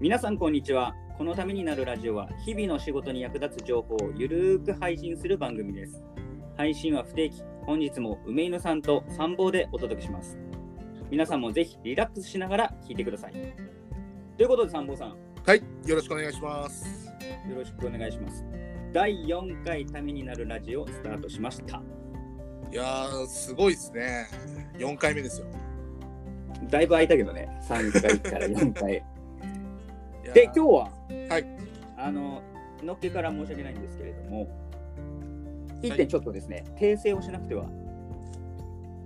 皆さんこんにちはこのためになるラジオは日々の仕事に役立つ情報をゆるーく配信する番組です配信は不定期本日も梅犬さんと参謀でお届けします皆さんもぜひリラックスしながら聞いてくださいということで参謀さんよはい、よろしくお願いします。ろしくお願いします第4回ためになるラジオスタートしましたいやー、すごいですね。4回目ですよ。だいぶ空いたけどね3回から4回いやーで今日ははいあののっけから申し訳ないんですけれども一点ちょっとですね、訂正をしなくては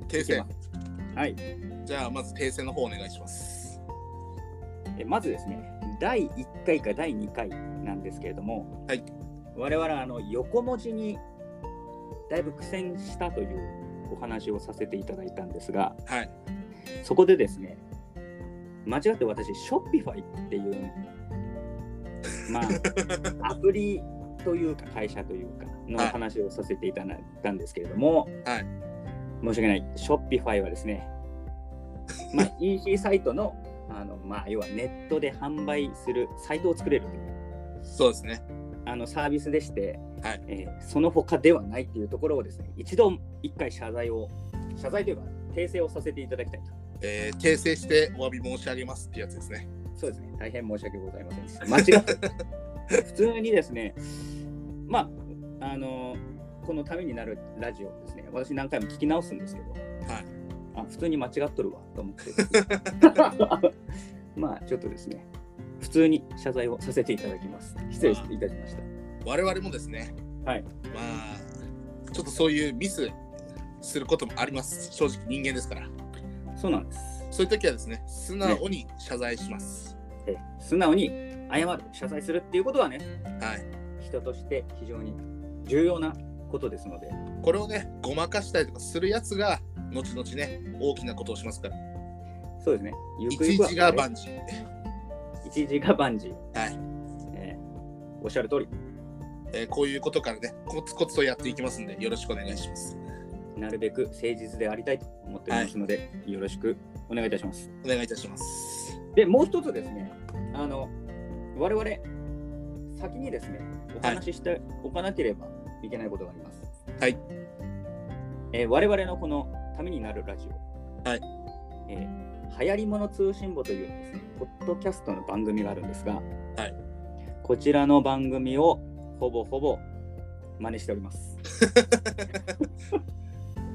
訂いけ正ま。せんはいじゃあ、まず訂正の方お願いします。えまずですね第1回か第2回なんですけれども、はい我々はあの横文字にだいぶ苦戦したというお話をさせていただいたんですがはい。そこでですね間違って私ショッピファイって いうまあアプリというか会社というかのはい話をさせていただいたんですけれども、はい申し訳ないショッピファイはですね、まあ、EC サイトのあの、まあ、要はネットで販売するサイトを作れるというそうですね。あのサービスでして、はいえーその他ではないっていうところをですね一度一回謝罪を謝罪というか訂正をさせていただきたいと。えー訂正してお詫び申し上げますってやつですね。そうですね、大変申し訳ございませんでした。間違 って、普通にですね、まあ、あの、このためになるラジオですね、私何回も聞き直すんですけど、はい。あ、普通に間違っとるわと思って、 まあ、ちょっとですね、普通に謝罪をさせていただきます。失礼いたしました。我々もですね、はい。まあ、ちょっとそういうミスすることもあります。正直人間ですから。そうなんです。そういう時はですね、素直に謝罪します。え素直に謝る、謝罪するっていうことはね、はい。人として非常に重要なことですので、これをね、ごまかしたりとかするやつが、後々ね、大きなことをしますから。そうですね、ゆいくちゆいくはちが万事。一時が万事。はいえーおっしゃる通り。えーこういうことからね、コツコツとやっていきますんで、よろしくお願いします。なるべく誠実でありたいと思っておりますので、よろしくお願いいたします。お願いいたします。で、もう一つですね、あの、我々、先にですね、お話ししておかなければいけないことがあります。はい。えー我々のこのためになるラジオ。はい。えー流行りもの通信簿というですね、ポッドキャストの番組があるんですが、はい。こちらの番組をほぼほぼ真似しております。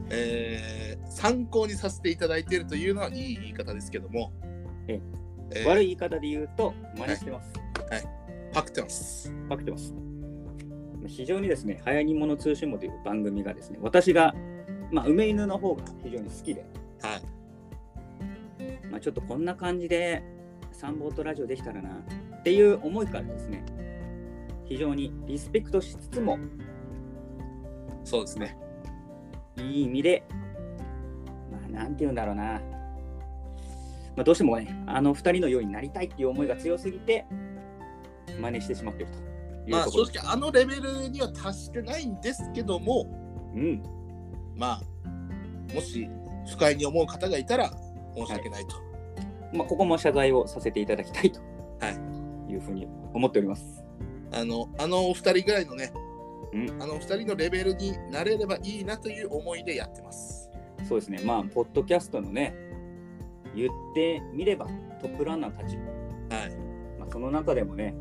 えー参考にさせていただいているというのはいい言い方ですけども、ええー悪い言い方で言うと、真似してます。パクってます。パクってます。非常にですね、流行り物通信簿という番組がですね、私が、まあ、梅犬の方が非常に好きで、はい。まあ、ちょっとこんな感じで、参謀とラジオできたらなっていう思いからですね、非常にリスペクトしつつも、そうですね。いい意味で、まあ、なんて言うんだろうな、まあ、どうしてもね、あの二人のようになりたいっていう思いが強すぎて、真似してしまっているというまあとこ正ろ。直あのレベルには達してないんですけども、うんまあもし不快に思う方がいたら申し訳ないと。まあ、ここも謝罪をさせていただきたいと、、はいうふうに思っております。あのあのお二人ぐらいのね、うんあのお二人のレベルになれればいいなという思いでやってます。そうですね、まあ、ポッドキャストのね、言ってみればトップランナーたち、はい。まあ、その中でもね、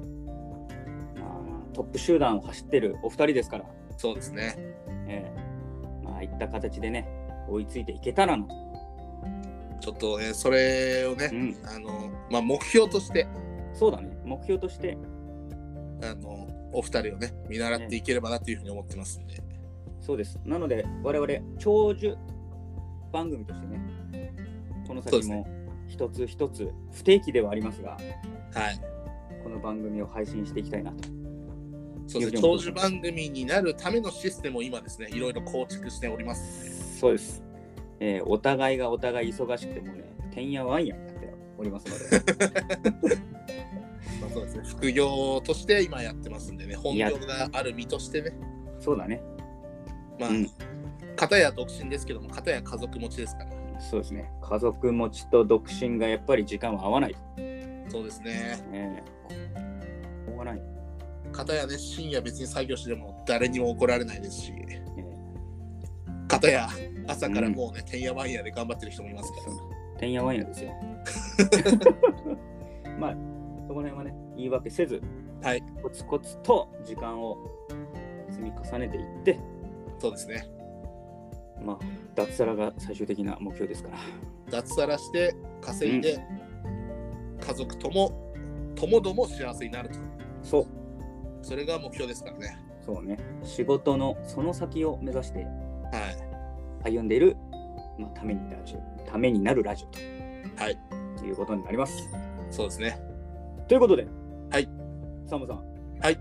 まあ、トップ集団を走ってるお二人ですから、そうですね。ええまあ、いった形でね、追いついていけたらなと。ちょっとね、それをね、うん、あの、まあ、目標として、そうだね、目標として、あの、お二人をね、見習っていければなというふうに思ってますんで。そうです。なので、我々、長寿番組としてね、このそ先うですも一つ一つ、不定期ではありますが、はい。この番組を配信していきたいなと。そうですいやね、でも長寿番組になるためのシステムを今ですね、いろいろ構築しております。そうです、えーお互いがお互い忙しくてもね、てんやわんやになっておりますの で、まあ、そうですね、副業として今やってますんでね、本いや業がある身としてね、そうだね、まあ、うん片や独身ですけども、片や家族持ちですから。そうですね、家族持ちと独身がやっぱり時間は合わないとそうですね。ええしょうがない。かたやね、深夜別に作業しても誰にも怒られないですし、えかたや朝からもうね、てんやわんやで頑張ってる人もいますかえてんやわんや ですよ。まあ、そこら辺はね、言い訳せず、はいコツコツと時間を積み重ねていって、ら。そうですね。まあ、脱サラが最終的な目標ですから。脱サラして稼いで、家族とも、ともども幸せになると。そう、それが目標ですからね。そうね。仕事のその先を目指してはい。歩んでいる、まあ、ためにラジオ、ためになるラジオはい。ということになります。そうですね。ということで、はい。サンボさん。はい。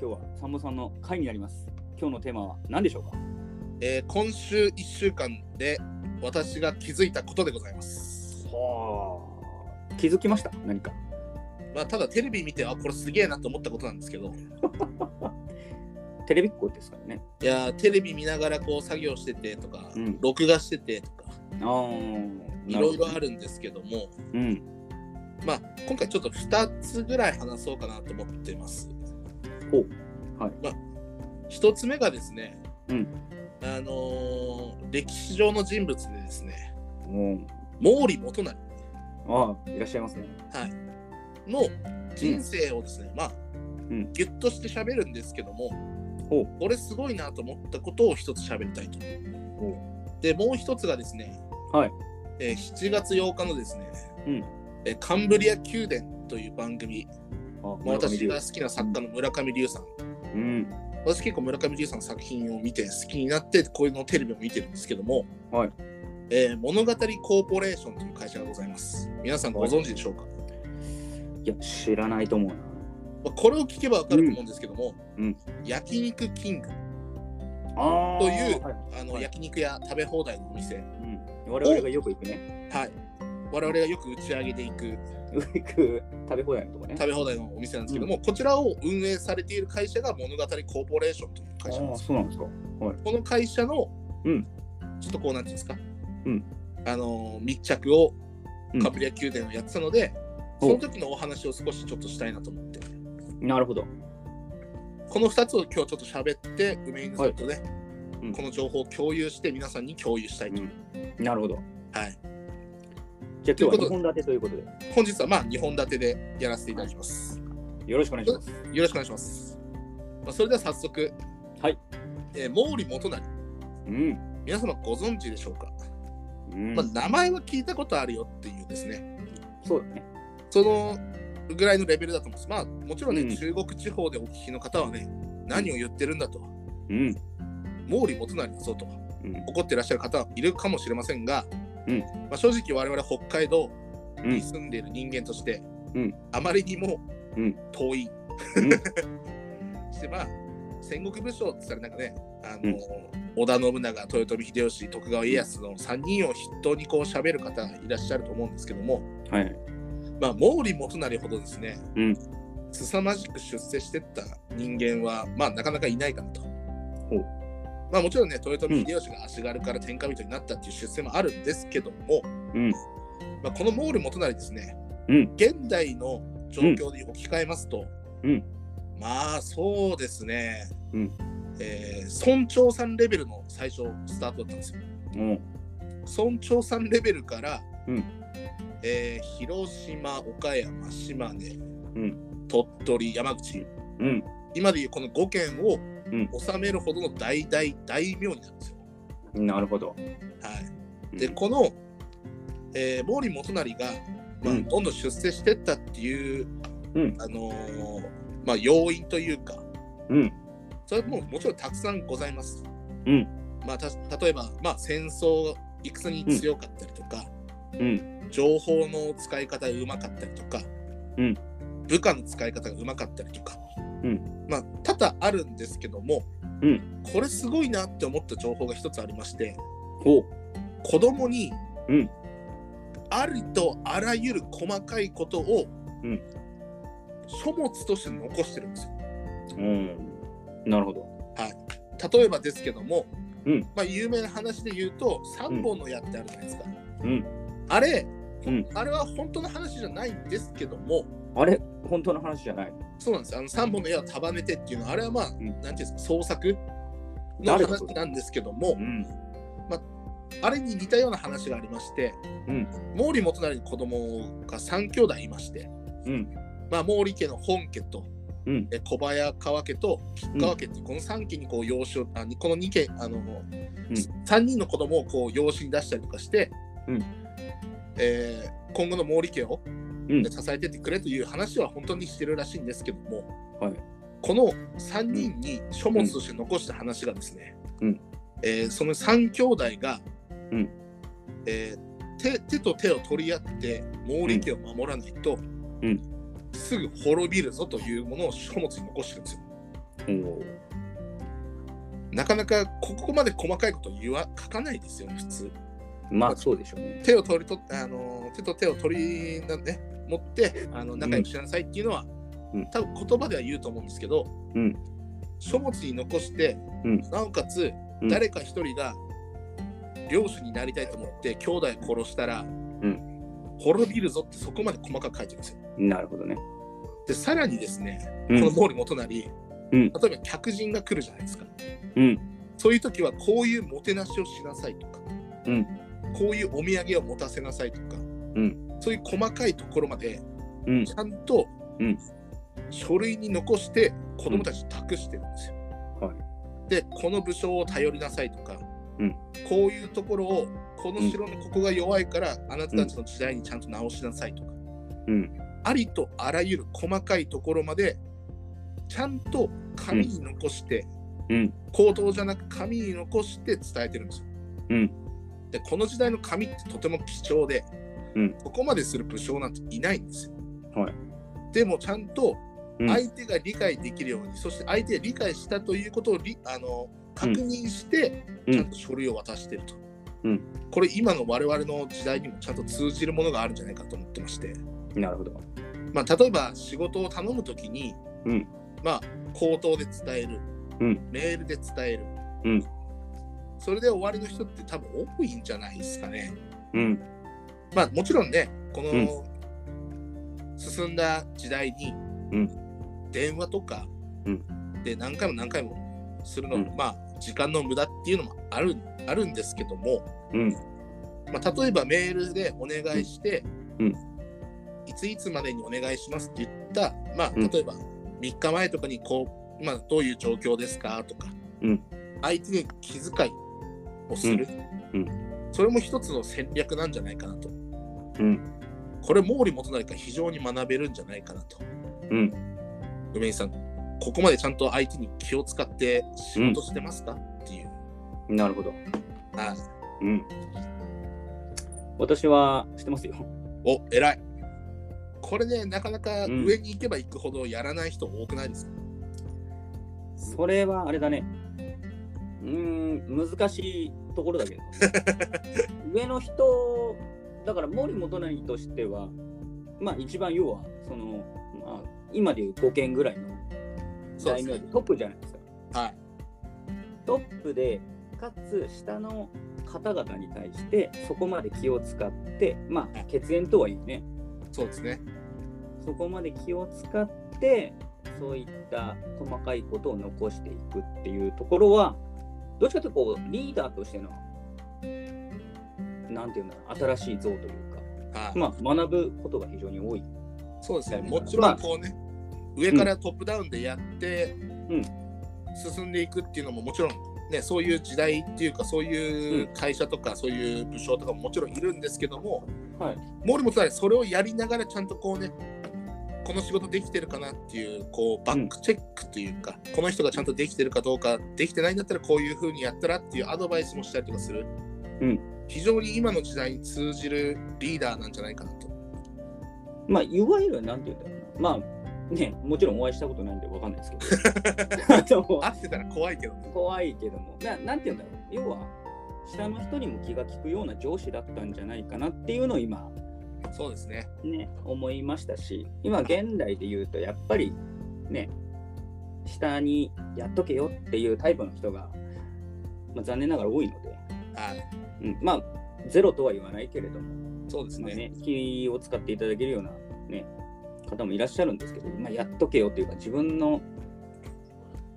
今日はサンボさんの回になります。今日のテーマは何でしょうかえー今週1週間で私が気づいたことでございます。はあ。気づきました何か。まあ、ただテレビ見て、あ、これすげえなと思ったことなんですけど、テレビっ子ですからね。いやー、テレビ見ながらこう作業しててとか、うん録画しててとか、ああ。いろいろなあるるんですけども、ほど。うん。まあ、今回ちょっと2つぐらい話そうかなと思ってます。ほうはいまあ、1つ目がですね、うんあのー歴史上の人物でですね、も毛利元就う、ああ、いらっしゃいますね。の人生をですね、まあ、んぎゅっとして喋るんですけども、ほうこれすごいなと思ったことを一つ喋りたいと。ほで、もう一つがですね、はいえー7月8日のですね、うんえーカンブリア宮殿という番組、あまあ私がす。好きな作家の村上龍さうん、ん。私結構村上龍さんの作品を見て好きになって、こういうのをテレビを見てるんですけども、はいえー物語コーポレーションという会社がございます。皆さんご存知でしょうか、いや、知らないと思うな。まあこれを聞けばわかると思うんですけども、うんうん焼肉キングあというはいあの、はい焼肉屋食べ放題のお店、うん、我々がよく行くね。はい、我々がよく打ち上げていくよく行く食べ放題のとこね。食べ放題のお店なんですけども、こちらを運営されている会社が物語コーポレーションという会社なんあであ、すそうなんですか。この会社の、うんちょっとこうなんていうんですか、うんあのー密着をうんカプリア宮殿をやってたので、ほうその時のお話を少しちょっとしたいなと思ってなるほど。この2つを今日ちょっと喋って梅犬さんとね、うんこの情報を共有して皆さんに共有したいと、うん、なるほど。はい、じゃあ今日はという2ことで本立てということで、本日はまあ2本立てでやらせていただきます、よろしくお願いします。よろしくお願いします。まあ、それでは早速、はい。えー毛利元就、うん。皆様ご存知でしょうか、うんまあ、名前は聞いたことあるよっていうですね、そうだね。そのぐらいのレベルだと思います。まあ、もちろんね、うん中国地方でお聞きの方はね、何を言ってるんだと、うん。毛利元就だぞとうん。怒ってらっしゃる方はいるかもしれませんが、うんまあ、正直我々北海道うにん住んでいる人間として、うんあまりにもうん遠い、うん してまあ戦国武将って言ったらなんかねあの、うん織田信長豊臣秀吉徳川家康の3人を筆頭にこう喋る方いらっしゃると思うんですけども、はい。まあ、毛利元就ほどですね、うん凄まじく出世してった人間は、まあ、なかなかいないかなと。うまあ、もちろんね、豊臣秀吉が足軽から天下人になったっていう出世もあるんですけども、うん。まあ、この毛利元就ですね、うん現代の状況に置き換えますと、うんまあそうですね、うんえー村長さんレベルの最初スタートだったんですよ。おう村長さんレベルから、うんえー広島、岡山、島根、ん鳥取、山口、うん。今でいうこの5県をん治めるほどの大大大名になるんですよ。なるほど。はい、うんで、この、えー毛利元就が、まあうんどんどん出世してったっていう、うんあのーまあ、要因というか、うん。それはもうもちろんたくさんございます。うんまあ、た例えば、まあ、戦争戦に強かったりとか、うん。情報の使い方がうまかったりとか、うん部下の使い方がうまかったりとか、うんまあ、多々あるんですけども、うんこれすごいなって思った情報が一つありましておう子供に、うんありとあらゆる細かいことを、うん書物として残してるんですよ。うん。なるほど。例えばですけども、うんまあ、有名な話で言うと3本の矢ってあるじゃないですか、うん。あれうんあれは本当の話じゃないんですけどもあれ本当の話じゃない。そうなんですあの3本の矢を束ねてっていうのはあれはまあ、んなんていうんですか創作の誰が話なんですけどもうん。あれに似たような話がありまして、うん毛利元就に子供が3兄弟いまして、うん。まあ、毛利家の本家とうん。え小早川家と吉川家っていうこの3家にこう養子をあにこの2家あの、3人の子供をこう養子に出したりとかして、うんえー今後の毛利家を、うん支えてってくれという話は本当にしてるらしいんですけども、はいこの3人に書物として残した話がですね、うんえーその3兄弟が、うんえー手手と手を取り合って毛利家を守らないと、うんすぐ滅びるぞというものを書物に残してるんですよ。おなかなかここまで細かいこと言わ書かないですよね普通。まあ、そうでしょうね。手を取り取って、あの手と手を取りな、ね、持ってあのん仲良くしなさいっていうのは、うん多分言葉では言うと思うんですけど、うん書物に残して、うんなおかつうん誰か一人が領主になりたいと思って兄弟殺したら、滅びるぞってそこまで細かく書いてるんですよ。なるほどね。でさらにですね、うんこの毛利元就、うん例えば客人が来るじゃないですか。うん。そういう時はこういうもてなしをしなさいとか、うんこういうお土産を持たせなさいとか、んそういう細かいところまでうんち。ゃんと、うん書類に残して子供たちに託してるんですよ。はでこの武将を頼りなさいとか、うんこういうところをこの城のここが弱いから、あなたたちの時代にちゃんと直しなさいとか、うん。ありとあらゆる細かいところまでちゃんと紙に残して、うん。口頭じゃなく紙に残して伝えてるんですよ。うんでこの時代の紙ってとても貴重で、うんここまでする武将なんていないんですよ。はいでもちゃんとうん相手が理解できるように、そして相手が理解したということをりあの確認して、うんちゃんと書類を渡してると。うんこれ今の我々の時代にもちゃんと通じるものがあるんじゃないかと思ってまして、なるほど。まあ、例えば仕事を頼むときに、うんまあ、口頭で伝える、うんメールで伝える、うんそれで終わりの人って多分多いんじゃないですかね。うん。まあ、もちろんねこの、うん進んだ時代に、うん電話とか、うで何回も何回もするの、うんまあ時間の無駄っていうのもあるあるんですけども、うん。まあ、例えばメールでお願いして、うんうんいついつまでにお願いしますって言った、まあ、うん例えば3日前とかにこう、まあ、どういう状況ですかとか、うん相手に気遣いをする、うんそれも一つの戦略なんじゃないかなと。うん。これ毛利元就から非常に学べるんじゃないかなと。うん。梅井さん、ここまでちゃんと相手に気を使って仕事してますか、っていう。なるほど。あうん。私は知ってますよ。お、偉い。これね、なかなか上に行けば行くほどやらない人多くないですか、それはあれだね。うーん、難しいところだ けど。上の人、だから森元就としては、まあ一番要は、その、まあ、今でいう5件ぐらいのそうで大す名でね。トップじゃないですか。はい。トップで、かつ下の方々に対して、そこまで気を使って、まあ血縁とはいえね、そうですね。そこまで気を使ってそういった細かいことを残していくっていうところはどっちかというとこうリーダーとしてのなんていうんだろう新しい像というはか、い。まあ、学ぶことが非常に多い。そうですね。まあもちろん、こうね、上からトップダウンでやって、うん進んでいくっていうのももちろん、ね、そういう時代っていうか、そういう会社とか、そういう武将とかももちろんいるんですけども、はい、森本さん、それをやりながら、ちゃんとこうね、この仕事できてるかなっていう、こう、バックチェックというか、この人がちゃんとできてるかどうか、できてないんだったら、こういうふうにやったらっていうアドバイスもしたりとかする、うん非常に今の時代に通じるリーダーなんじゃないかなと。まあ、いわゆるなんていうんだろうなまあねもちろんお会いしたことないんでわかんない ですけどあの合ってたら怖いけどね。怖いけどもななんていうんだろう要は下の人にも気が利くような上司だったんじゃないかなっていうのを今そうですね。ね、思いましたし今現代で言うとやっぱりね下にやっとけよっていうタイプの人が、まあ、残念ながら多いので、はい。うん、まあゼロとは言わないけれどもそうですまあね、ね。気を使っていただけるような、ね、方もいらっしゃるんですけど、まあ、やっとけよというか、自分の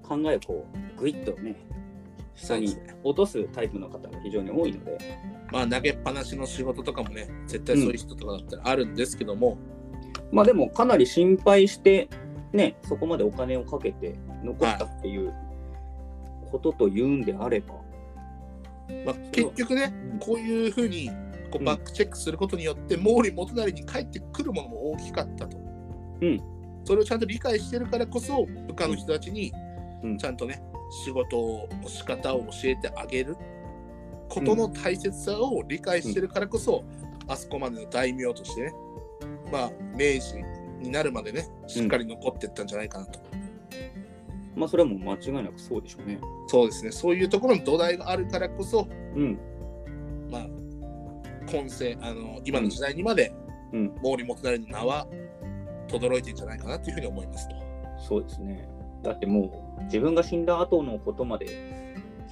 考えをこう、ぐいっとね、下に落とすタイプの方が非常に多いので、まあ投げっぱなしの仕事とかもね、絶対そういう人とかだったらあるんですけども、まあでも、かなり心配して、ね、そこまでお金をかけて残ったっていうことと言うんであれば、まあ、結局ね、こういうふうにうこんうバックチェックすることによって、毛利元就に返ってくるものも大きかったと。うんそれをちゃんと理解してるからこそ、部下の人たちにうんちゃんとね、仕事の仕方を教えてあげることの大切さを理解してるからこそ、あそこまでの大名としてね、まあ、明治になるまでね、しっかり残っていったんじゃないかなと。まあそれはもう間違いなくそうでしょうね。そうですね、そういうところの土台があるからこそ、うん、まあ、今世あの今の時代にまでうん、毛利元就の名は轟いてんじゃないかなというふうに思いますと。そうですね。だってもう、自分が死んだ後のことまで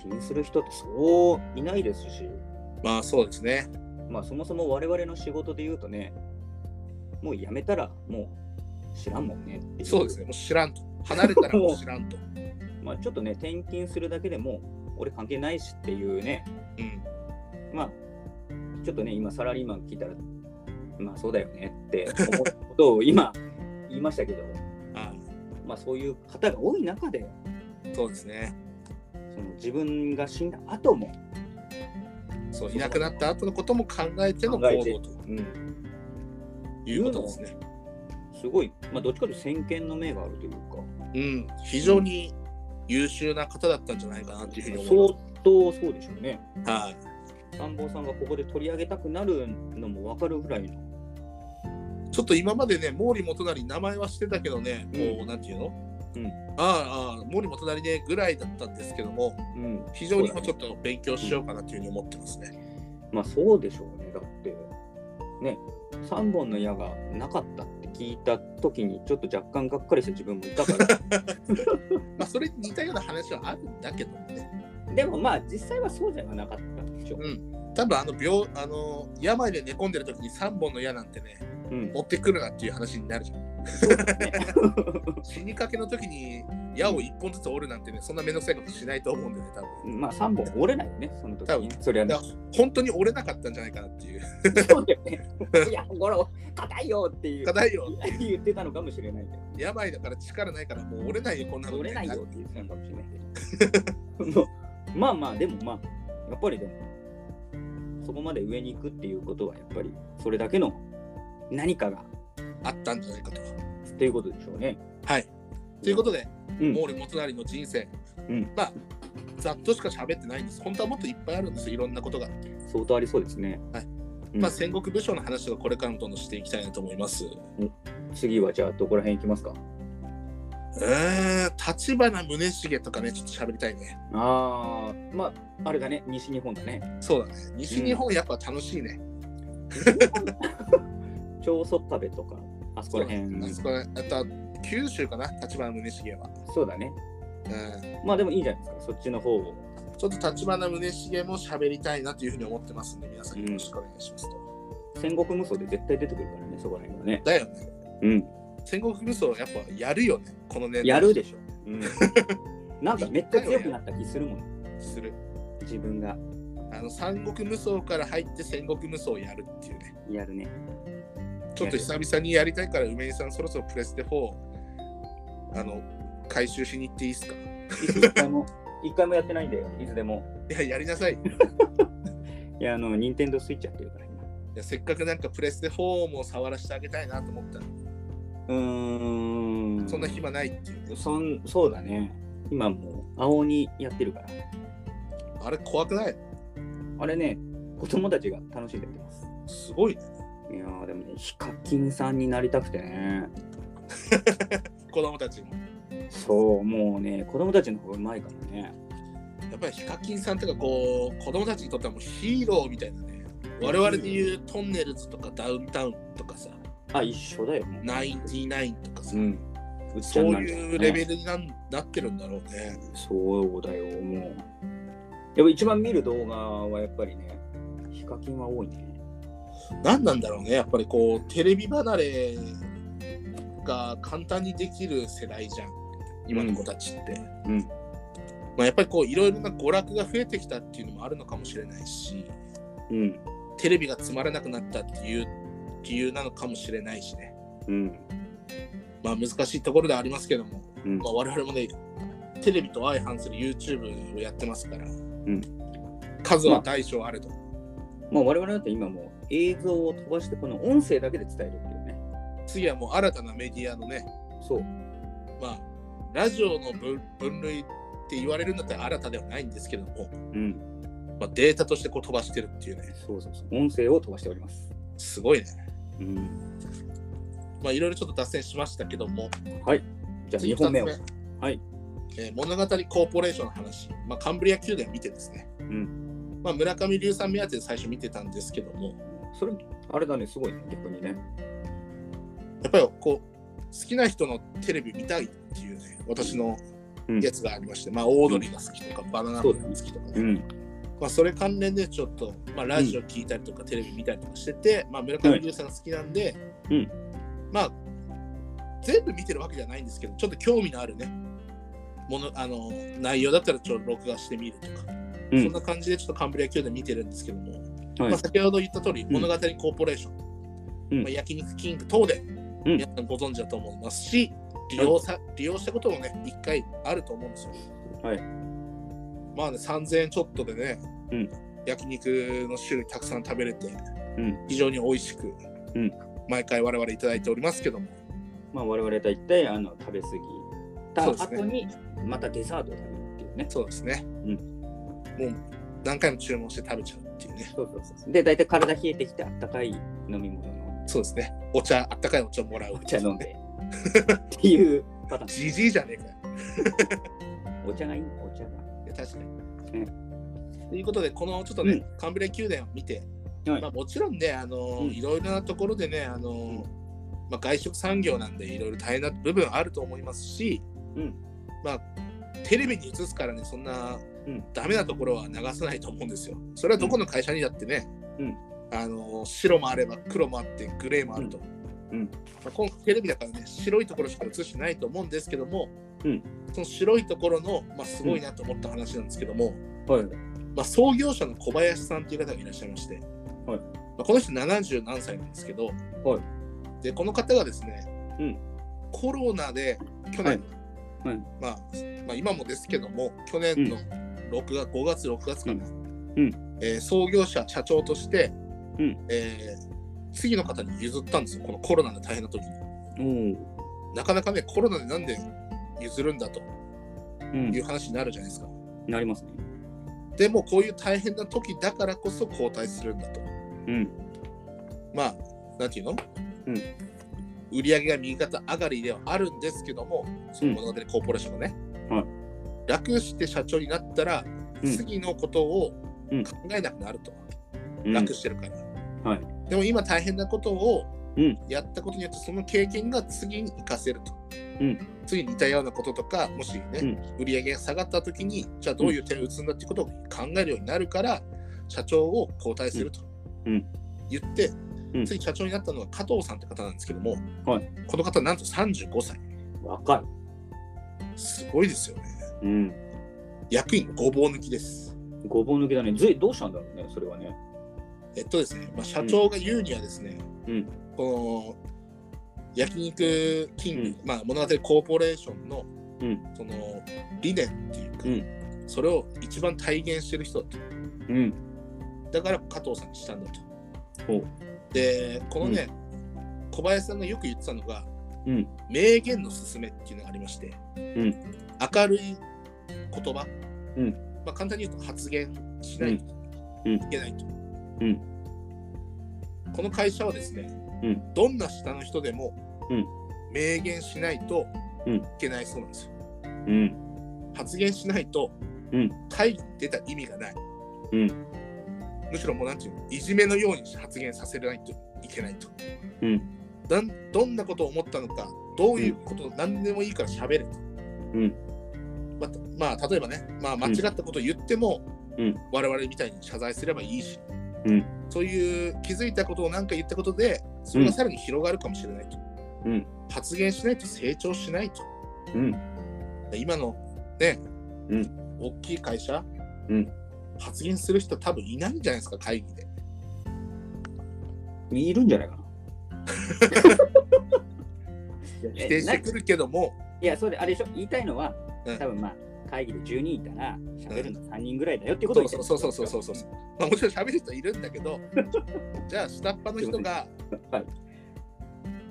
気にする人ってそういないですし、まあそうですね。まあそもそも我々の仕事で言うとね、もう辞めたらもう知らんもんねっていそうですね。もう知らんと。離れたらもう知らんと。まあちょっとね、転勤するだけでも、俺関係ないしっていうね、うん。まあ、ちょっとね、今サラリーマン聞いたら、まあそうだよねって思うことを今 言いましたけど、あまあそういう方が多い中で、そうですね。その自分が死んだ後も、そういなくなった後のことも考えての考え行て動とうん、いうことですね。すごい、まあどっちかというと先見の明があるというか、うん。非常に優秀な方だったんじゃないかなというふうに思い相当そうでしょうね。ます。はい。参謀さんがここで取り上げたくなるのも分かるぐらいの、ちょっと今までね、毛利元就名前はしてたけどね、うこう、なんていうのうんああ、ああ、毛利元就ねぐらいだったんですけども、うん非常に今ちょっと勉強しようかなというふうに思ってますね。まあそうでしょうねだってね3本の矢がなかったって聞いた時にちょっと若干がっかりした自分もいたからまあ、それに似たような話はあるんだけどね。でもまあ実際はそうじゃなかったんでしょう、多分あの病あの病で寝込んでる時に3本の矢なんてねうん、持ってくるなっていう話になるじゃんそうだね 死にかけの時に矢を1本ずつ折るなんてねそんな面倒くさいことしないと思うんだよね多分まあ3本折れないよねその時に、ね、それはねだから本当に折れなかったんじゃないかなっていうそうだよ ねいやゴロ硬いよっていう課題よ言ってたのかもしれないけど病だから力ないからもう折れないよこんなの折れないよって言ってたのかもしれないけど まあまあでもまあやっぱりでもそこまで上に行くっていうことはやっぱりそれだけの何かがあったんじゃないかとっていうことでしょうね。はいということでうん毛利元就の人生、うんまあざっとしか喋ってないんです本当はもっといっぱいあるんですよいろんなことが、相当ありそうですね。うんまあ、戦国武将の話とかこれからもどんどんしていきたいなと思います、次はじゃあどこら辺行きますかえー、立花宗茂とかね、ちょっと喋りたいね。ああ、まああれだね、西日本だね。そうだね。西日本やっぱ楽しいね。長宗我部とか、あそこそらうだね辺。あそこら辺あとは九州かな、立花宗茂は。そうだね。うん。まあでもいいんじゃないですか、そっちの方を。ちょっと立花宗茂も喋りたいなというふうに思ってますんで、皆さんよろしくお願いしますと。戦国無双で絶対出てくるからね、そこら辺はね。だよね。うん。戦国武装やっぱやるよね。この年代やるでしょ。 うん。なんかめっちゃ強くなった気するもん、する。自分があの、三国無双から入って戦国無双をやるっていうね。やるね。ちょっと久々にやりたいから、梅井さんそろそろプレステ4、あの、回収しに行っていいですかいいつ一回も、一回もやってないんだよ、いつでも。や、やりな さい。いや、あの、任天堂スイッチやってるから今。いやせっかくなんかプレステ4も触らせてあげたいなと思ったら、うーん。そんな暇ないっていう、そんそうだね。今もう、青にやってるから。あれ怖くないあれね、子供たちが楽しんでやってます。すごいね。いやーでもね、ヒカキンさんになりたくてね。子供たちも。そう、もうね、子供たちの方がうまいからね。やっぱりヒカキンさんとかこう、子供たちにとってはもうヒーローみたいなね。我々で言うトンネルズとかダウンタウンとかさ、あ、一緒だよ。もうナインティナインとかさ、うん。うっちそゃうんなんだよねいうレベルになんなってるんだろうね。そうだよ、もう。やっぱ一番見る動画はやっぱりね、ヒカキンは多いね。何なんだろうねやっぱりこうテレビ離れが簡単にできる世代じゃん今の子たちって、うんうんまあ、やっぱりこういろいろな娯楽が増えてきたっていうのもあるのかもしれないしうんテレビがつまらなくなったっていう理由なのかもしれないしねうんまあ難しいところではありますけども、うんまあ、我々もねテレビと相反する YouTube をやってますから、ん数は大小あれと、まあ我々だって今もう映像を飛ばしてこの音声だけで伝えるっていうね次はもう新たなメディアのねそうまあ、ラジオの分分類って言われるんだったら新たではないんですけども、うんまあ、データとしてこう飛ばしてるっていうね、そうそうそう音声を飛ばしておりますすごいね。うんまあ、いろいろちょっと脱線しましたけども、じゃあ次2本目を二つはいえー物語コーポレーションの話、まあ、カンブリア宮殿見てですね、んまあ、村上龍さん目当てで最初見てたんですけども、それあれだねすごいね逆にねやっぱりこう好きな人のテレビ見たいっていうね、私のうんやつがありまして、まあ、オードリーが好きとか、バナナマンが好きとかね、うんまあ、それ関連でちょっと、まあ、ラジオ聞いたりとかテレビ見たりとかしてて、まあ、村上龍さんが好きなんで、うんまあ全部見てるわけじゃないんですけどちょっと興味のあるねものあの内容だったらちょっと録画してみるとか、うんそんな感じでちょっとカンブリア宮殿見てるんですけども、はいまあ、先ほど言った通り、ん物語コーポレーション、うんまあ、焼肉キング等でうん皆さんご存知だと思いますし、利用さ利用したこともね一回あると思うんですよ。はいまあね3000円ちょっとでね、うん焼肉の種類たくさん食べれて、うん非常に美味しく、うん毎回我々いただいておりますけどもまあ我々大体あの食べ過ぎたそうですね後にまたデザートを食べるっていうね。そうですね、うんもう何回も注文して食べちゃうっていうねそうそうそうで大体体冷えてきてあったかい飲み物のそうですねお茶あったかいお茶もらうお茶 飲んでっていうパターじじいじゃねえかよン。お茶がいいのお茶が。いや確かに、ねということでこのちょっとね、うんカンブレ宮殿を見て、はいまあ、もちろんねあの、うんいろいろなところでねあの、んまあ、外食産業なんでいろいろ大変な部分あると思いますし、うんまあテレビに映すからねそんな、うんダメなところは流さないと思うんですよそれはどこの会社にだってね、うんあの白もあれば黒もあってグレーもあると、うんうんまあ、今テレビだからね白いところしか映してないと思うんですけども、うんその白いところの、まあ、すごいなと思った話なんですけども、はい。まあ、創業者の小林さんという方がいらっしゃいまして、はいまあ、この人70何歳なんですけど、はでこの方がですね、うんコロナで去年、はいはいまあまあ、今もですけども去年の6月、5月6月かな、うんうえー創業者社長として、うんえー次の方に譲ったんですよこのコロナで大変な時におーなかなかねコロナでなんで譲るんだとうんいう話になるじゃないですかなりますね。でもこういう大変な時だからこそ交代するんだとうん。まあ、なんていうの、うん売り上げが右肩上がりではあるんですけども、その物語コーポレーションがね、はい楽して社長になったら、うん次のことを考うんえなくなると、うん楽してるから、はいでも今大変なことをうんやったことによって、その経験が次に活かせると。うん次に似たようなこととか、もしね、うん売り上げが下がった時に、じゃあどういう手を打つんだってことを考えるようになるから、社長を交代するとうんうん言って、うん次社長になったのが加藤さんって方なんですけども、はいこの方なんと35歳若い。すごいですよねうん。役員ごぼう抜きですごぼう抜けだね。ずいどうしたんだろうね、それはね。えっとですね、まあ、社長が言うにはですね、うんこの焼肉キング、まあ、物語コーポレーションの、うんその理念っていうか、うそれを一番体現してる人だとうん。だから加藤さんにしたんだとほうでこのね、小林さんがよく言ってたのがうん。名言の勧めっていうのがありまして、ん明るい言葉、うんまあ、簡単に言うと発言しないとうんいけないと、うんこの会社はですね、うんどんな下の人でも、うん明言しないとうんいけないそうなんですようん。発言しないと、うん会議に出た意味がない、うんむしろもうなんていうのいじめのように発言させないといけないと、うんなんどんなことを思ったのかどういうこと、何でもいいから喋れと、うんまたまあ例えばね、まあ、間違ったことを言っても、うん我々みたいに謝罪すればいいし、うんそういう気づいたことを何か言ったことでそれがさらに広がるかもしれないと、うん発言しないと成長しないとうん今のね、うん大きい会社、うん発言する人多分いないんじゃないですか会議でいるんじゃないか な否定してくるけどもいや、それあれでしょ、言いたいのは、うん多分まあ、会議で10人いたら、喋るの3人ぐらいだよっていうことを言ってるそうそうそうそうそうそうまあ、もちろん喋る人いるんだ けどじゃあ下っ端の人が、はい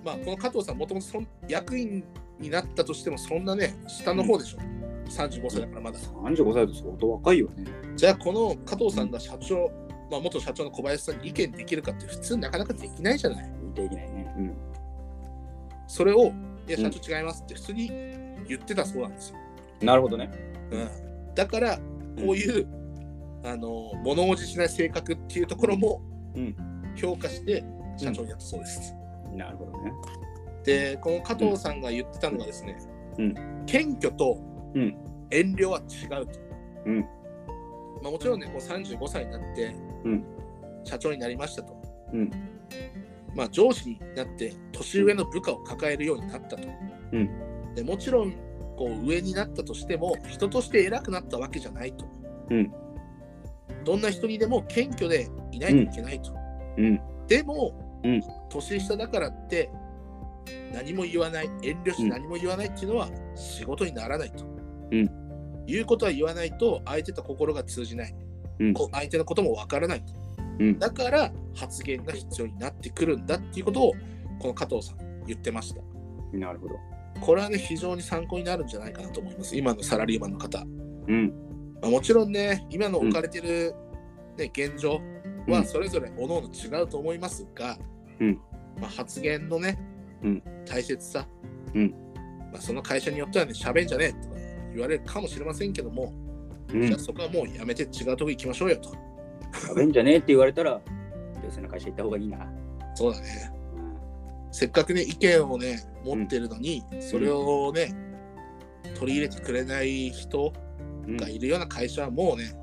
まあ、この加藤さんもともと役員になったとしてもそんなね下の方でしょ、35歳だからまだ35歳だと相当若いよね。じゃあこの加藤さんが社長、まあ、元社長の小林さんに意見できるかって普通なかなかできないじゃない言っていけないね。うん。それを「いやうん社長違います」って普通に言ってたそうなんですよ、なるほどね。うん、だからこういう、あの物おじしない性格っていうところもうん評価して社長になったそうです、なるほどね。でこの加藤さんが言ってたのがですね、うん謙虚とうん遠慮は違うと、うんまあ、もちろんねこう35歳になってうん社長になりましたと、うんまあ、上司になって年上の部下を抱えるようになったと、うんでもちろんこう上になったとしても人として偉くなったわけじゃないと、うんどんな人にでも謙虚でいないといけないと、うん。でも、うん年下だからって何も言わない遠慮しうんて何も言わないっていうのは仕事にならないと、うんいうことは言わないと相手と心が通じない、うんこ相手のこともわからないと、うんだから発言が必要になってくるんだっていうことをこの加藤さん言ってましたなるほど。これはね非常に参考になるんじゃないかなと思います今のサラリーマンの方、うん。まあもちろんね今の置かれてる、ね現状うはんそれぞれ各々違うと思いますが、うんまあ、発言のね、うん大切さ、うんまあ、その会社によってはね喋んじゃねえとか言われるかもしれませんけども、うじゃんあ。そこはもうやめて違うとこ行きましょうよと食べんじゃねえって言われたら、冷静な会社行った方がいいな。そうだねせっかくね意見をね持ってるのに、それをね取り入れてくれない人うん。がいるような会社はもうね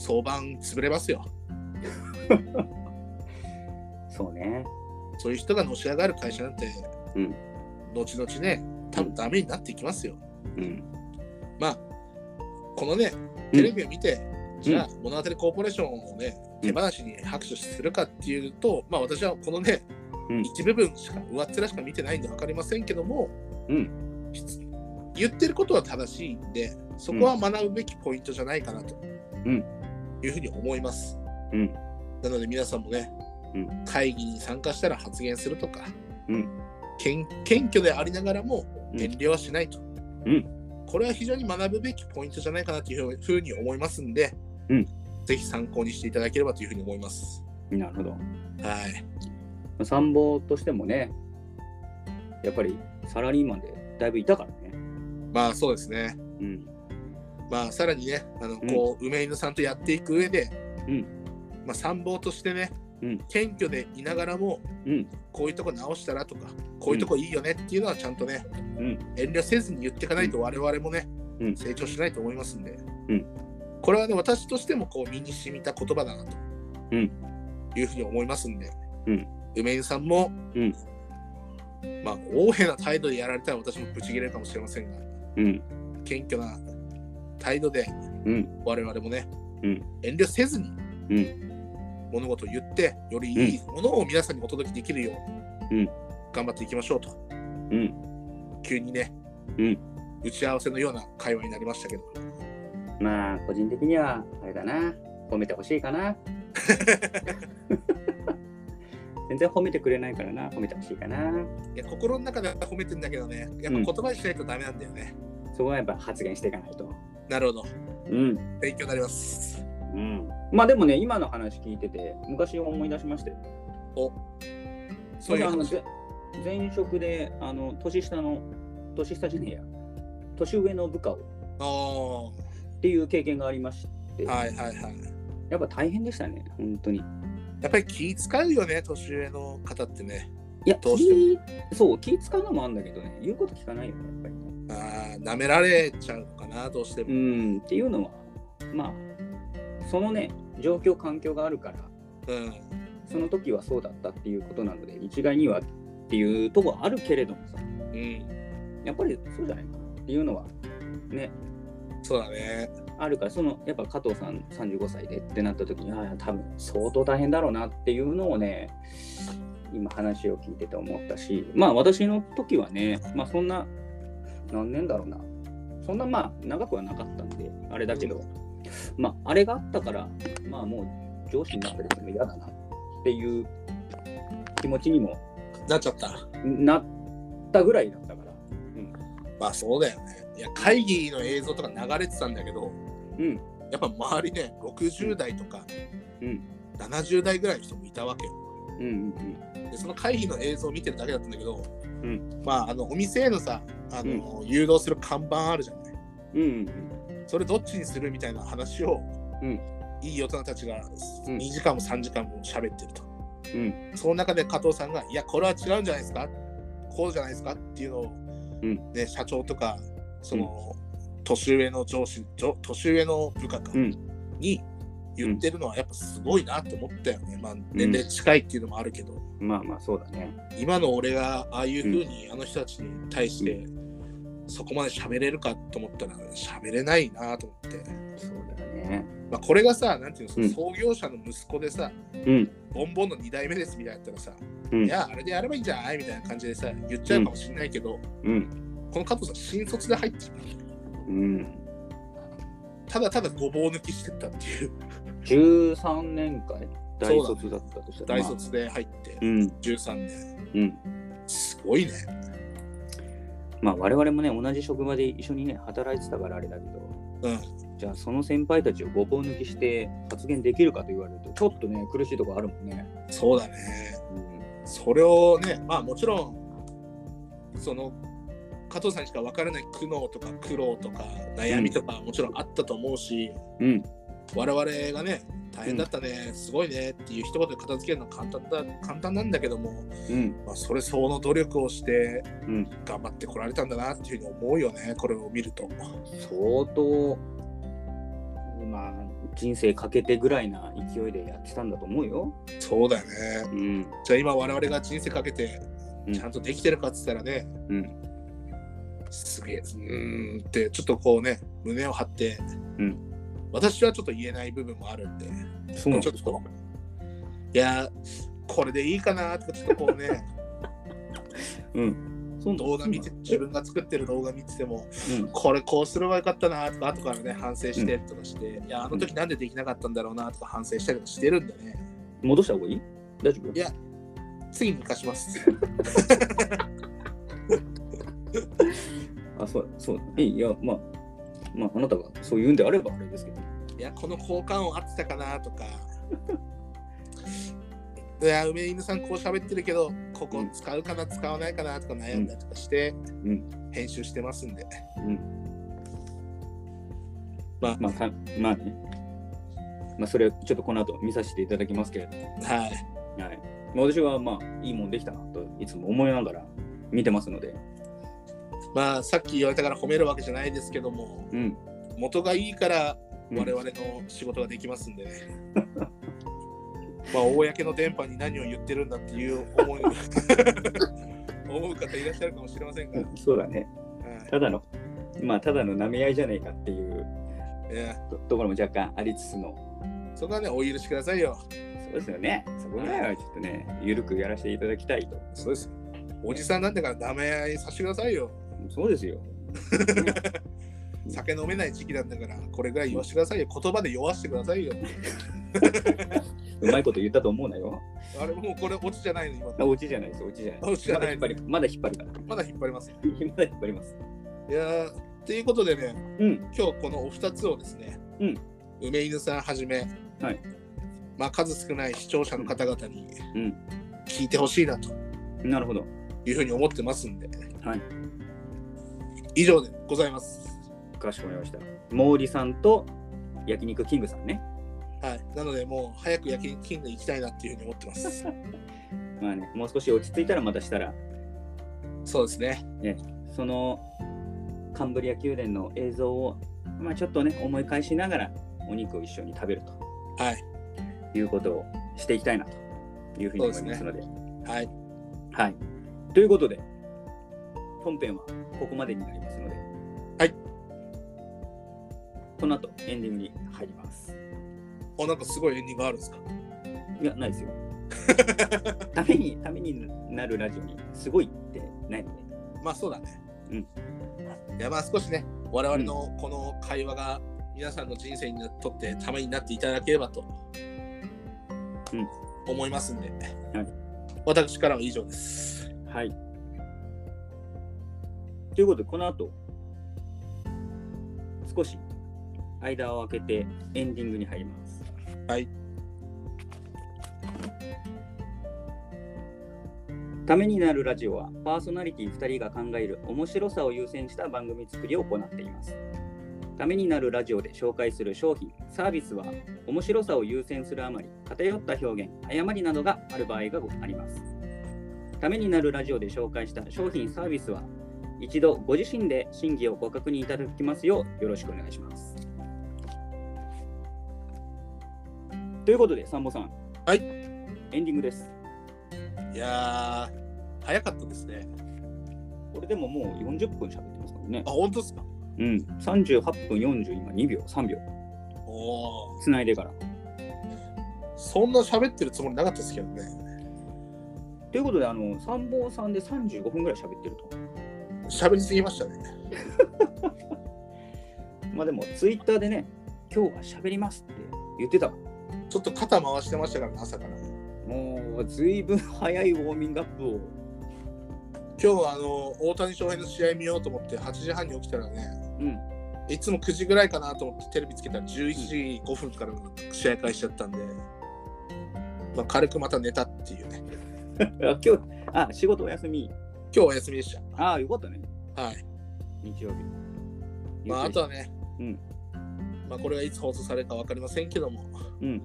相番潰れますよそうね。そういう人がのし上がる会社なんて、うん後々ね多分ダメになっていきますよ、うん。まあこのねテレビを見て、じゃあ物語コーポレーションをね手放しに拍手するかっていうと、まあ私はこのね、うん一部分しか上っ面しか見てないんで分かりませんけども、うんひつ言ってることは正しいんでそこは学ぶべきポイントじゃないかなと、うんいうふうに思います、うんなので皆さんもね、うん会議に参加したら発言するとか、うん謙謙虚でありながらもうん遠慮はしないと、うんこれは非常に学ぶべきポイントじゃないかなというふうに思いますんで、うんぜひ参考にしていただければというふうに思います。なるほど。はい、参謀としてもね、やっぱりサラリーマンでだいぶいたからね。まあそうですね。うん。まあさらにね、あのこう、梅犬さんとやっていく上で、うんまあ参謀としてね、うん謙虚でいながらも、うん。こういうとこ直したらとか、こういうとこいいよねっていうのはちゃんとね、うん遠慮せずに言っていかないと我々もね、うん成長しないと思いますんで、うんこれはね、私としてもこう身に染みた言葉だなと、うんいうふうに思いますんで、うん梅井さんも、うんまあ、横柄な態度でやられたら私もブチ切れるかもしれませんが、うん。謙虚な態度でうん。我々もね、うん遠慮せずにうん。物事を言って、よりいいものを皆さんにお届けできるよう、うん頑張っていきましょうと。うん。急にね、うん打ち合わせのような会話になりましたけど、まあ、個人的には、あれだな。褒めてほしいかな。全然褒めてくれないからな。褒めてほしいかな。いや心の中では褒めてんだけどね、やっぱうん言葉にしないとダメなんだよね。そこはやっぱ発言していかないと。なるほど、うん。勉強になります。うん。まあでもね、今の話聞いてて、昔を思い出しましたよ。そういあうの話。ぜ前職で、あの、年下の、年下じゃねえや、年上の部下をっああ、はていう経験がありまして、いはいはい。やっぱ大変でしたね、本当に。やっぱり気使うよね、年上の方ってね。いや、どうして気そう、気使うのもあるんだけどね、言うこと聞かないよね、やっぱりね。ああ、舐められちゃうのかな、どうしてうも。んっていうのはまあそのね状況環境があるからうん、その時はそうだったっていうことなので一概にはっていうとこはあるけれどもさうん、やっぱりそうじゃないかなっていうのはねそうだね。あるからそのやっぱ加藤さん35歳でってなった時にああ多分相当大変だろうなっていうのをね今話を聞いてて思ったしまあ私の時はねまあそんな何年だろうなそんなまあ長くはなかったんであれだけどまああれがあったからまあもう上司になったりするの嫌だなっていう気持ちにもなっちゃった。なったぐらいだったからまあそうだよね。いや、会議の映像とか流れてたんだけど、うんやっぱ周りね、60代とかうん70代ぐらいの人もいたわけよ。うんうんでその会議の映像を見てるだけだったんだけど、んまああのお店へのさあの、誘導する看板あるじゃないうんうんそれどっちにするみたいな話を、うんいい大人たちがうん2時間も3時間も喋ってると、うんうんその中で加藤さんが「いやこれは違うんじゃないですかこうじゃないですか」っていうのを、んね、社長とかその、年上の上司上年上の部下かうんに言ってるのはやっぱすごいなと思ったよね、まあ、年齢近いっていうのもあるけど。まあまあそうだね今の俺がああいうふうにあの人たちに対してそこまで喋れるかと思ったら喋れないなと思って、そうだよねまあ、これがさなんていうのそのうん創業者の息子でさ、うんボンボンの2代目ですみたいなやったらさ、うんいやあれでやればいいんじゃないみたいな感じでさ言っちゃうかもしれないけど、うんこの加藤さん新卒で入ってるうんただただごぼう抜きしてったっていう13年間大そうだ卒ねだったとしたら大卒で入ってまあうん13年うんすごいねまあ我々もね同じ職場で一緒にね働いてたからあれだけどうんじゃあその先輩たちをごぼう抜きして発言できるかと言われるとちょっとね苦しいとこあるもんねそうだねうんそれをね、まあもちろん、その加藤さんにしか分からない苦悩とか苦労とか悩みとかもちろんあったと思うし、うん我々がね、大変だったね、すごいねっていう一言で片付けるのは簡単だ簡単なんだけども、うんまあ、それ相応の努力をしてうん頑張ってこられたんだなっていうふうに思うよね、これを見ると。相当まあ人生かけてぐらいな勢いでやってたんだと思うよそうだよね。うんじゃあ今我々が人生かけてうんちゃんとできてるかって言ったらね、うんすげえ、うーんって、ちょっとこうね、胸を張って、うん私はちょっと言えない部分もあるんで、そうちょっとこう、いやー、これでいいかなとか、ちょっとこ うね、うんそう動画見て、自分が作ってる動画見てても、うんこれこうすればよかったなとか、後からね、反省してとかして、いや、あの時なんでできなかったんだろうなとか、反省したりもしてるんでね、戻した方がいい大丈夫いや次に生かし ます。あ、そう、そう、いい、いや、まあ、まあ、あなたがそう言うんであればあれですけど。いや、この交換音合ってたかな とか。いや、梅犬さんこう喋ってるけど、ここ使うかな、使わないかなとか悩んだりとかして、ん編集してますんで。うん。まあまあ、たまあね。まあ、それ、ちょっとこの後見させていただきますけれどはい。も。はい。まあ、私は、まあ、いいもんできたなと、いつも思いながら見てますので。まあ、さっき言われたから褒めるわけじゃないですけども、うん。元がいいからうん我々の仕事ができますんでね。まあ、公の電波に何を言ってるんだっていう思い 思う方いらっしゃるかもしれませんが、うんそうだね。はただの、まあ、ただの舐め合いじゃねえかっていういいやとところも若干ありつつの。そこはね、お許しくださいよ。そうですよね。そこぐらいはちょっとね、ゆるくやらせていただきたいと。そうです。おじさんなんだからダメ合いさせてくださいよ。そうですよ。酒飲めない時期なんだから、これぐらい言わしてくださいよ。言葉で酔わしてくださいよ。うまいこと言ったと思うなよ。あれもうこれオチじゃないの今あ、の。オチじゃないです、オチじゃないオでチす。じゃないまだ引っ張り、まだ引っ張るから。 まだ引っ張ります。まだ引っ張ります。いやー、ということでね、うん、今日このお二つをですね、うん梅犬さんはじめ、はいまあ、数少ない視聴者の方々にうん聞いてほしいなとなるほど。いうふうに思ってますんで、はい以上でございます。かしこまりました。毛利さんと焼肉キングさんね。はい、なので、もう早く焼き肉キング行きたいなっていうふうに思っ てます。まあね、もう少し落ち着いたらまたしたら、そうですね。そのカンブリア宮殿の映像を、まあ、ちょっとね、思い返しながらお肉を一緒に食べるはい。ということをしていきたいなというふうに思いますので。はい。はい。ということで、本編はここまでになりますので、はい。この後、エンディングに入ります。お、なんかすごいエンディングあるんですかいや、ないです よ。ために、ためになるラジオに、すごいってないので。まあそうだね。うん。いやまあ少しね、我々のこの会話が皆さんの人生にとってためになっていただければと、うん思いますんで、はい私からは以上です。はい。ということで、この後、少し間を空けてエンディングに入ります。はい。ためになるラジオは、パーソナリティ2人が考える面白さを優先した番組作りを行っています。ためになるラジオで紹介する商品、サービスは、面白さを優先するあまり、偏った表現、誤りなどがある場合があります。ためになるラジオで紹介した商品サービスは一度ご自身で審議をご確認いただきますようよろしくお願いします。ということで、サンボさん。はいエンディングです。いやー、早かったですね。これでももう40分喋ってますからねあ、。本当ですかうん。38分40、今2秒、3秒。おーつないでから。そんな喋ってるつもりなかったですけどね。ということで、あの、サンボさんで35分ぐらい喋ってると。喋りすぎましたね。まあでも、ツイッターでね、今日は喋りますって言ってたわちょっと肩回してましたからね、朝から。もう、ずいぶん早いウォーミングアップを。今日はあの大谷翔平の試合見ようと思って8時半に起きたらね、うん。いつも9時ぐらいかなと思ってテレビつけたら11時5分からの試合開始しちゃったんで、まあ、軽くまた寝たっていうね。あ今日、あ、仕事お休み。今日はお休みでしああ、よかったね。た。はい。日曜日。まあ、あとはね、うんまあ、これがいつ放送されるか分かりませんけども、うん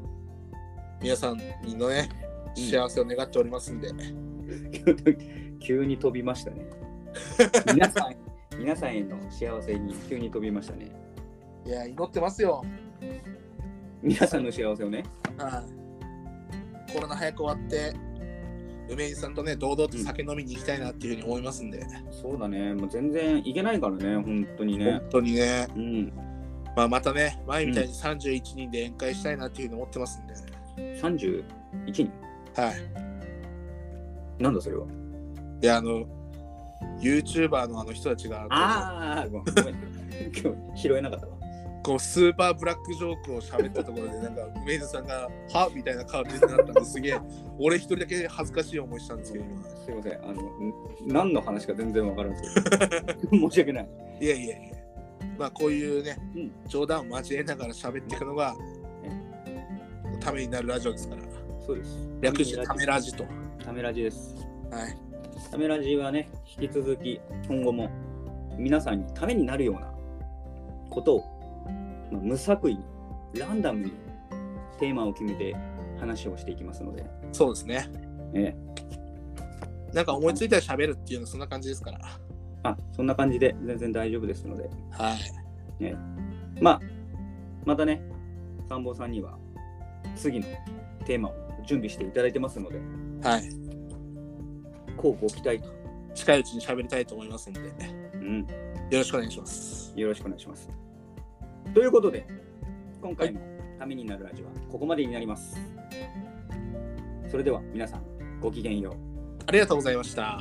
皆さんのね、うん幸せを願っておりますんで、急に飛びましたね。皆さん、皆さんへの幸せに急に飛びましたね。いや、祈ってますよ。皆さんの幸せをね。はいコロナ早く終わって、梅井さんとね、堂々と酒飲みに行きたいなっていうふうに思いますんで、そうだね。もう全然いけないからね、本当にね本。当にね、うん。まあ、またね、前みたいに31人で宴会したいなっていうふうに思ってますんで、 31人はい。なんだそれは。いや、あの、YouTuber のあの人たちが、ああ、ごめん。ごめん今日拾えなかったわ。こう、スーパーブラックジョークを喋ったところで、なんか、梅津さんが、はみたいな感じになったんですげ え、俺一人だけ恥ずかしい思いしたんですけど、今。すいません。あの、ん何の話か全然わからんす けど申し訳ない。いやいやいや。まあ、こういうね、うん冗談を交えながら喋っていくのが、ためになるラジオですから、そうです。略してためラジと。ためラジです。はい。ためラジはね、引き続き今後も皆さんにためになるようなことを、まあ無作為に、ランダムにテーマを決めて話をしていきますので、そうですね。ええなんか思いついたら喋るっていうのはそんな感じですから。あそんな感じで全然大丈夫ですので、はい。まあ、またね、参謀さんには次のテーマを準備していただいてますので、はい。こうご期待と、近いうちに喋りたいと思いますんで、ようん、ろしくお願いします。よろしくお願いします。ということで、今回のためになるラジオはここまでになります。それでは皆さん、ごきげんよう。ありがとうございました。